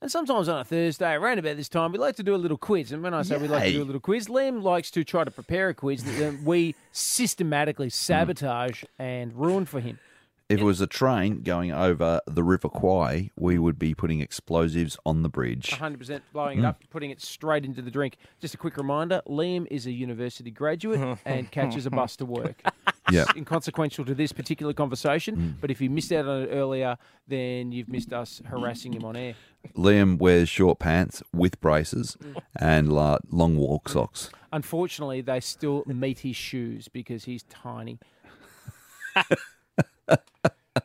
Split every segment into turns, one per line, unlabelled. And sometimes on a Thursday, around about this time, we like to do a little quiz. And when I say we like to
Yay.
do a little quiz, Liam likes to try to prepare a quiz that then we systematically
Hmm.
sabotage and ruin for him.
If it was a train going over the River Kwai, we would be putting explosives on the bridge.
100% blowing it
Hmm.
up, putting it straight into the drink. Just a quick reminder Liam is a university graduate and catches a bus to work.
Yeah. Hmm.
It's inconsequential to this particular conversation, but if you missed out on it earlier, then you've missed us harassing him on air.
Liam wears short pants with braces and la- long walk socks.
Unfortunately, they still meet his shoes because he's tiny.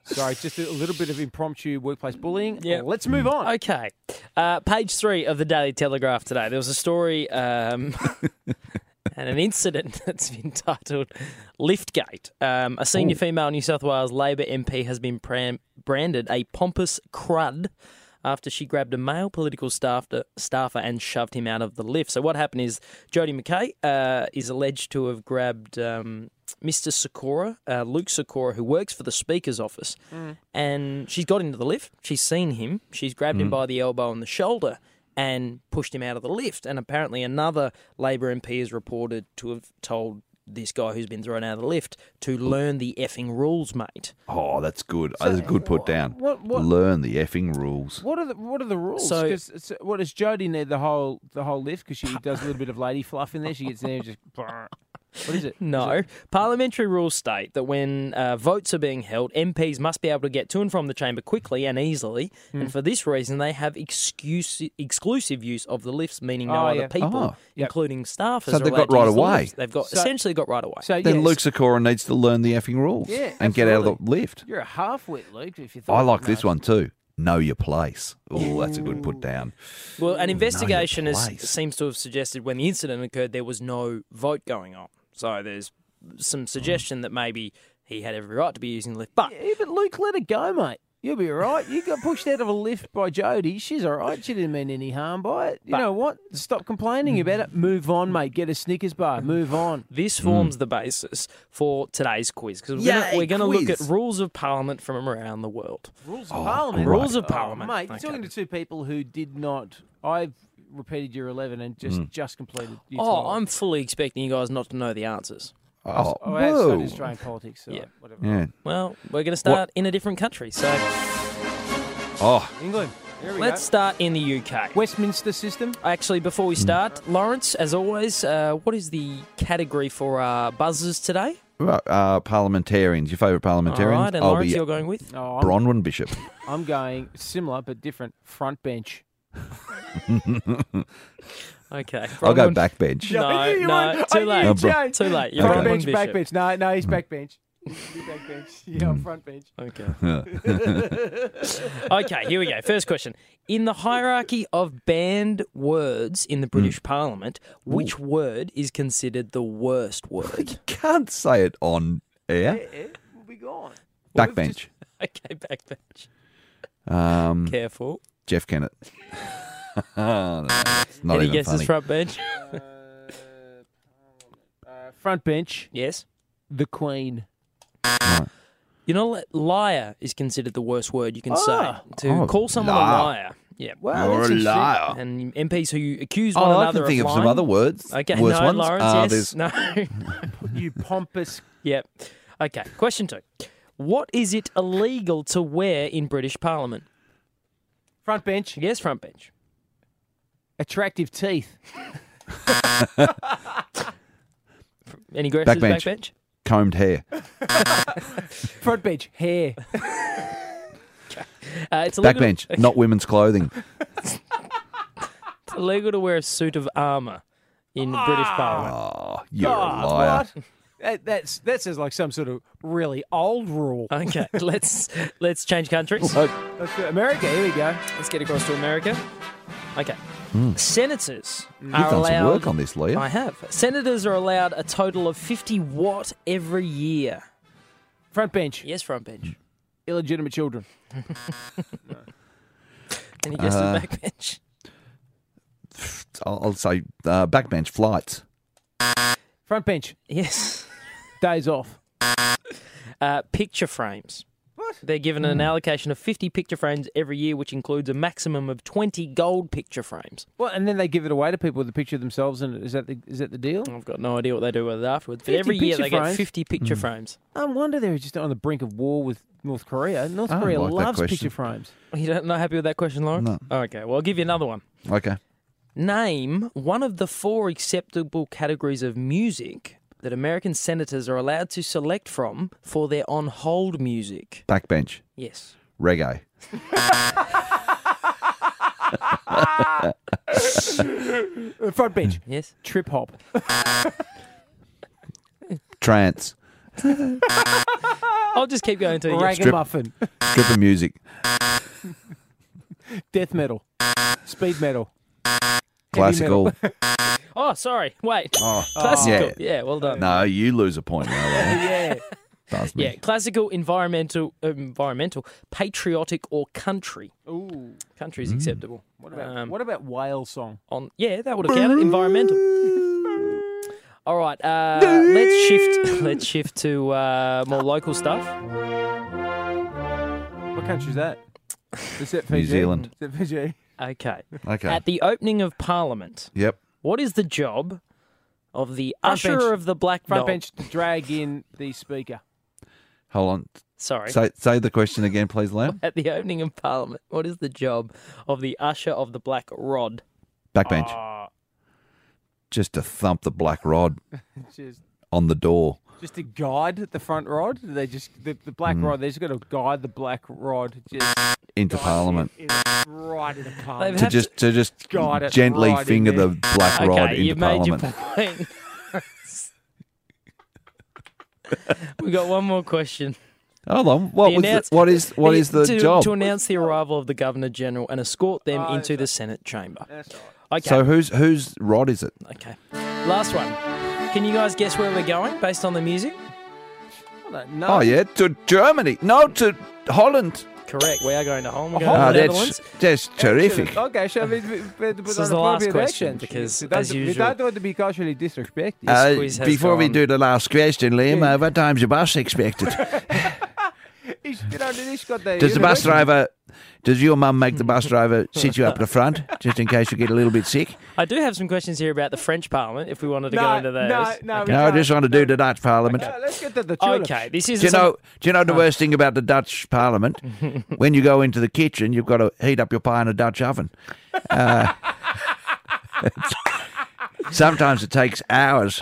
Sorry, just a little bit of impromptu workplace bullying.
Yeah.
Let's move on.
Okay. Uh, page three of the Daily Telegraph today. There was a story um, and an incident that's been titled Liftgate. Um, a senior female New South Wales Labor MP has been pram- branded a pompous crud after she grabbed a male political staffer, staffer and shoved him out of the lift. So what happened is Jodie McKay uh, is alleged to have grabbed um, Mr. Sikora, uh, Luke Sikora, who works for the Speaker's office, and she's got into the lift. She's seen him. She's grabbed him by the elbow and the shoulder and pushed him out of the lift. And apparently, another Labor MP is reported to have told this guy who's been thrown out of the lift to learn the effing rules, mate.
Oh, that's good. that's a good put down.
what- what-
Learn the effing rules.
What are the What are the rules?
So-
'Cause it's- what does Jodie need the whole the whole lift? Because she does a little bit of lady fluff in there. She gets in there and just. What is it?
No. Parliamentary rules state that when uh, votes are being held, MPs must be able to get to and from the chamber quickly and easily.
Hmm.
And for this reason, they have excuse- exclusive use of the lifts, meaning no
Oh,
other
yeah.
people,
Oh.
Yep.
including staff.
So they've got right away.
They've got
So-
essentially got right away.
So
Then
yes,
Luke Sakura needs to learn the effing rules
Yeah,
and get out of the
absolutely.
lift.
you're a half wit, Luke. If you thought
I like
that
this
much.
one too. Know your place. Oh, that's a good put down.
Well, an investigation is,
place.
seems to have suggested when the incident occurred, there was no vote going on. So there's some suggestion that maybe he had every right to be using the lift. But
Yeah, but Luke, let it go, mate. You'll be all right. You got pushed out of a lift by Jodie. She's all right. She didn't mean any harm by it. You know what? Stop complaining about it. Move on, mate. Get a Snickers bar. Move on.
this forms the basis for today's quiz because we're gonna-
Yay,
we're going to look at
quiz.
rules of parliament from around the world.
Rules of Parliament.
Oh, Rules of Parliament.
Oh, mate, you're
Okay.
talking to two people who did not. I've repeated year 11 and just
Mm.
just completed year
Oh,
12.
I'm fully expecting you guys not to know the answers.
Oh,
Oh, I studied
whoa.
Australian politics, so
Yeah.
whatever.
Yeah.
Well, we're going to start in a different country. So
Oh,
England. Here we
let's
go.
start in the UK.
Westminster system.
Actually, before we start, Lawrence, as always, uh, what is the category for our buzzers today?
right, uh, parliamentarians. Your favourite
All
parliamentarians?
right, and
I'll
Lawrence,
be
you're going with?
Oh, I'm,
Bronwyn Bishop.
I'm going similar but different. Front bench.
Okay.
I'll go
Bronwyn-
backbench.
No,
I knew you
no,
would.
too
I knew
late.
you'd
Bro-
change.
Too late. You're
front
Bronwyn
bench, back
Bishop.
bench. No, no, he's back bench. He's back bench. Yeah, I'm front bench.
Okay. okay, here we go. First question. In the hierarchy of banned words in the
Hmm.
British Parliament, which word is considered the worst word?
Can't say it on air.
Eh, we'll be gone.
Backbench.
okay, backbench.
Um,
Careful.
Jeff Kennett. Oh, no, it's not
Any
even
guesses
funny.
front bench?
Uh, uh, front bench.
yes.
The Queen.
You know, li- liar is considered the worst word you can
Ah.
say. To
Oh,
call someone a
liar.
liar. Yeah.
Wow,
You're
that's
a
interesting.
liar.
And MPs who accuse one
Oh, I
another
can think
of
of
lying.
some other words.
Okay,
worse
no,
ones.
Lawrence,
Uh,
yes.
there's-
No.
You pompous.
Yep. Okay. Question two. What is it illegal to wear in British Parliament?
Front bench.
Yes, front bench.
Attractive teeth.
Any guesses?
Backbench.
Backbench.
combed hair.
Front bench. Hair.
Uh, it's illegal,
Backbench. Not women's clothing.
it's illegal to wear a suit of armour in
Ah.
British Parliament.
Oh, you're
God,
a liar.
Ah, what? That, that's, that sounds like some sort of really old rule.
Okay. Let's let's change countries.
Oh,
Let's do America, here we go.
Let's get across to America. Okay. Senators
Hmm.
are
You've done
allowed.
some work on this, Leah.
I have. Senators are allowed a total of fifty watt every year.
Front bench.
Yes, front bench.
Illegitimate children.
Any guesses?
Uh,
backbench.
I'll, I'll say uh, backbench flights.
Front bench.
Yes.
Days off.
Uh, picture frames.
What?
They're given an allocation of 50 picture frames every year, which includes a maximum of 20 gold picture frames.
Well, and then they give it away to people with a picture of themselves, and is that the, is that the deal?
I've got no idea what they do with it afterwards, but
50
every year
picture
they
frames?
get 50 picture frames.
No wonder they're just on the brink of war with North Korea. North
Ah, I don't
Korea
like that
loves
question.
picture frames.
You don't not happy with that question, Lauren?
No.
Okay, well I'll give you another one.
Okay.
Name one of the four acceptable categories of music that American senators are allowed to select from for their on hold music.
Backbench.
Yes.
Reggae.
Uh, front bench,
Yes.
trip hop.
Trance.
I'll just keep going until you get
Ragamuffin.
Stripper music.
Death metal. Speed metal. heavy metal.
Classical.
Oh, sorry. Wait.
Oh,
Classical.
yeah.
Yeah, well done.
No, you lose a point now.
Yeah.
That's me.
Yeah, classical, environmental, uh, environmental, patriotic, or country.
Ooh.
Country's acceptable.
What about
Um,
what about whale song?
On yeah, that would have counted. Environmental. All right, uh, let's shift. Let's shift to uh, more local stuff.
What country's that? Is that Fiji?
New Zealand.
Is that Fiji?
Okay.
Okay.
At the opening of Parliament,
yep.
what is the job of the
Front
usher
bench.
of the black
Front
dog?
bench, drag in the speaker.
Hold on.
Sorry.
Say say the question again, please, Lamb.
At the opening of Parliament, what is the job of the usher of the black rod?
Backbench.
Uh,
Just to thump the black rod
Just,
on the door.
just to guide the front rod. They just the, the black
Mm-hmm.
rod. They just got to guide the black rod. Just
into Parliament
in- right in the
They've
parliament.
to
Have to-
just to just
Got it
gently
right in
finger
there.
the black rod
okay,
into
you've made
Parliament.
your point. we got one more question.
Hold on, what
The
was the,
announce-
what is what is the
to,
job?
to announce the arrival of the governor general and escort them
Oh,
into
okay.
the Senate chamber?
That's all right.
Okay,
So whose whose rod is it?
okay. Last one. Can you guys guess where we're going based on the music?
I don't know.
Oh
Um,
yeah, to Germany. No, to Holland.
Correct. We are going to home. We're going
Oh,
to the
that's
Netherlands.
that's terrific.
Okay, so we, we, we this
is the last question, because, as
we
usual-
don't want to be culturally disrespected.
Uh,
quiz has
before we
gone-
do the last question, Liam, uh, what time's your bus expected?
He's- you know, he's got the
Does the bus
university-
driver, does your mum make the bus driver sit you up the front just in case you get a little bit sick?
I do have some questions here about the French Parliament. If we wanted to
No,
go into those.
no, no,
Okay.
No, I just want to do the Dutch Parliament.
No, let's get to the tulips.
Okay, this is
Do you know? Do you know the worst thing about the Dutch Parliament? when you go into the kitchen, you've got to heat up your pie in a Dutch oven. Uh, sometimes it takes hours,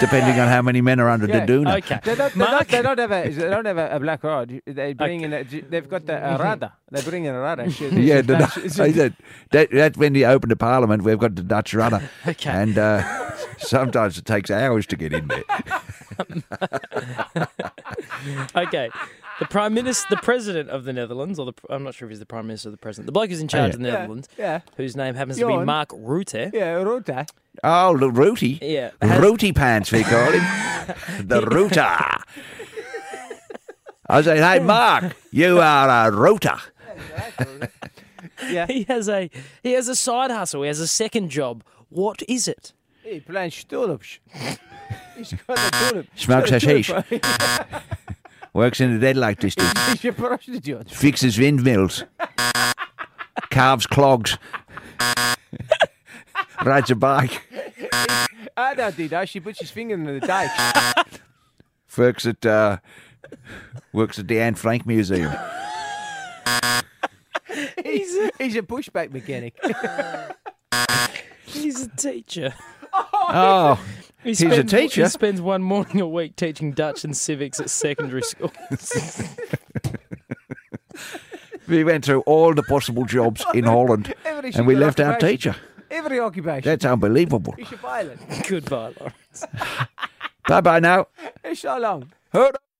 depending on how many men are under
Yeah.
the doona.
Okay.
They don't, they,
Mark-
don't, they don't have a they don't have a, a black rod. They bring in a, they've got the
Mm-hmm.
uh, rada. They bring in a rada. Shit, it's
Yeah,
a
the,
Dutch- it's a-
I said, that, that when you open the parliament, we've got the Dutch runner.
Okay.
And uh, sometimes it takes hours to get in there.
Okay. The prime minister, the president of the Netherlands, or the I'm not sure if he's the prime minister or the president. The bloke who's in charge
Oh, yeah.
of the Netherlands,
yeah,
whose name happens to be
Johan.
Mark Rutte.
yeah, rota.
Oh, the rooty.
Yeah, has-
Rooty pants, we call him. the rooter. I said, hey, Mark, you are a rooter.
Yeah,
He has a he has a side hustle. He has a second job. What is it?
he playing tulips. He's got the tulip.
Smokes
He's got a
hashish.
tulip.
Works in the daylight district.
He's a prostitute.
Fixes windmills. Carves clogs. Rides a bike.
I don't do that. She puts his finger in the dike.
Works at uh, works at the Anne Frank Museum.
He's, he's a pushback mechanic.
He's a teacher.
Oh,
He
He's a teacher?
He spends one morning a week teaching Dutch and civics at secondary school.
we went through all the possible jobs in Holland,
Every
and we
single
left our
occupation.
teacher.
Every occupation.
That's unbelievable.
he's a pilot.
Goodbye, Lawrence.
Bye bye now.
It's so long.
Hoorah!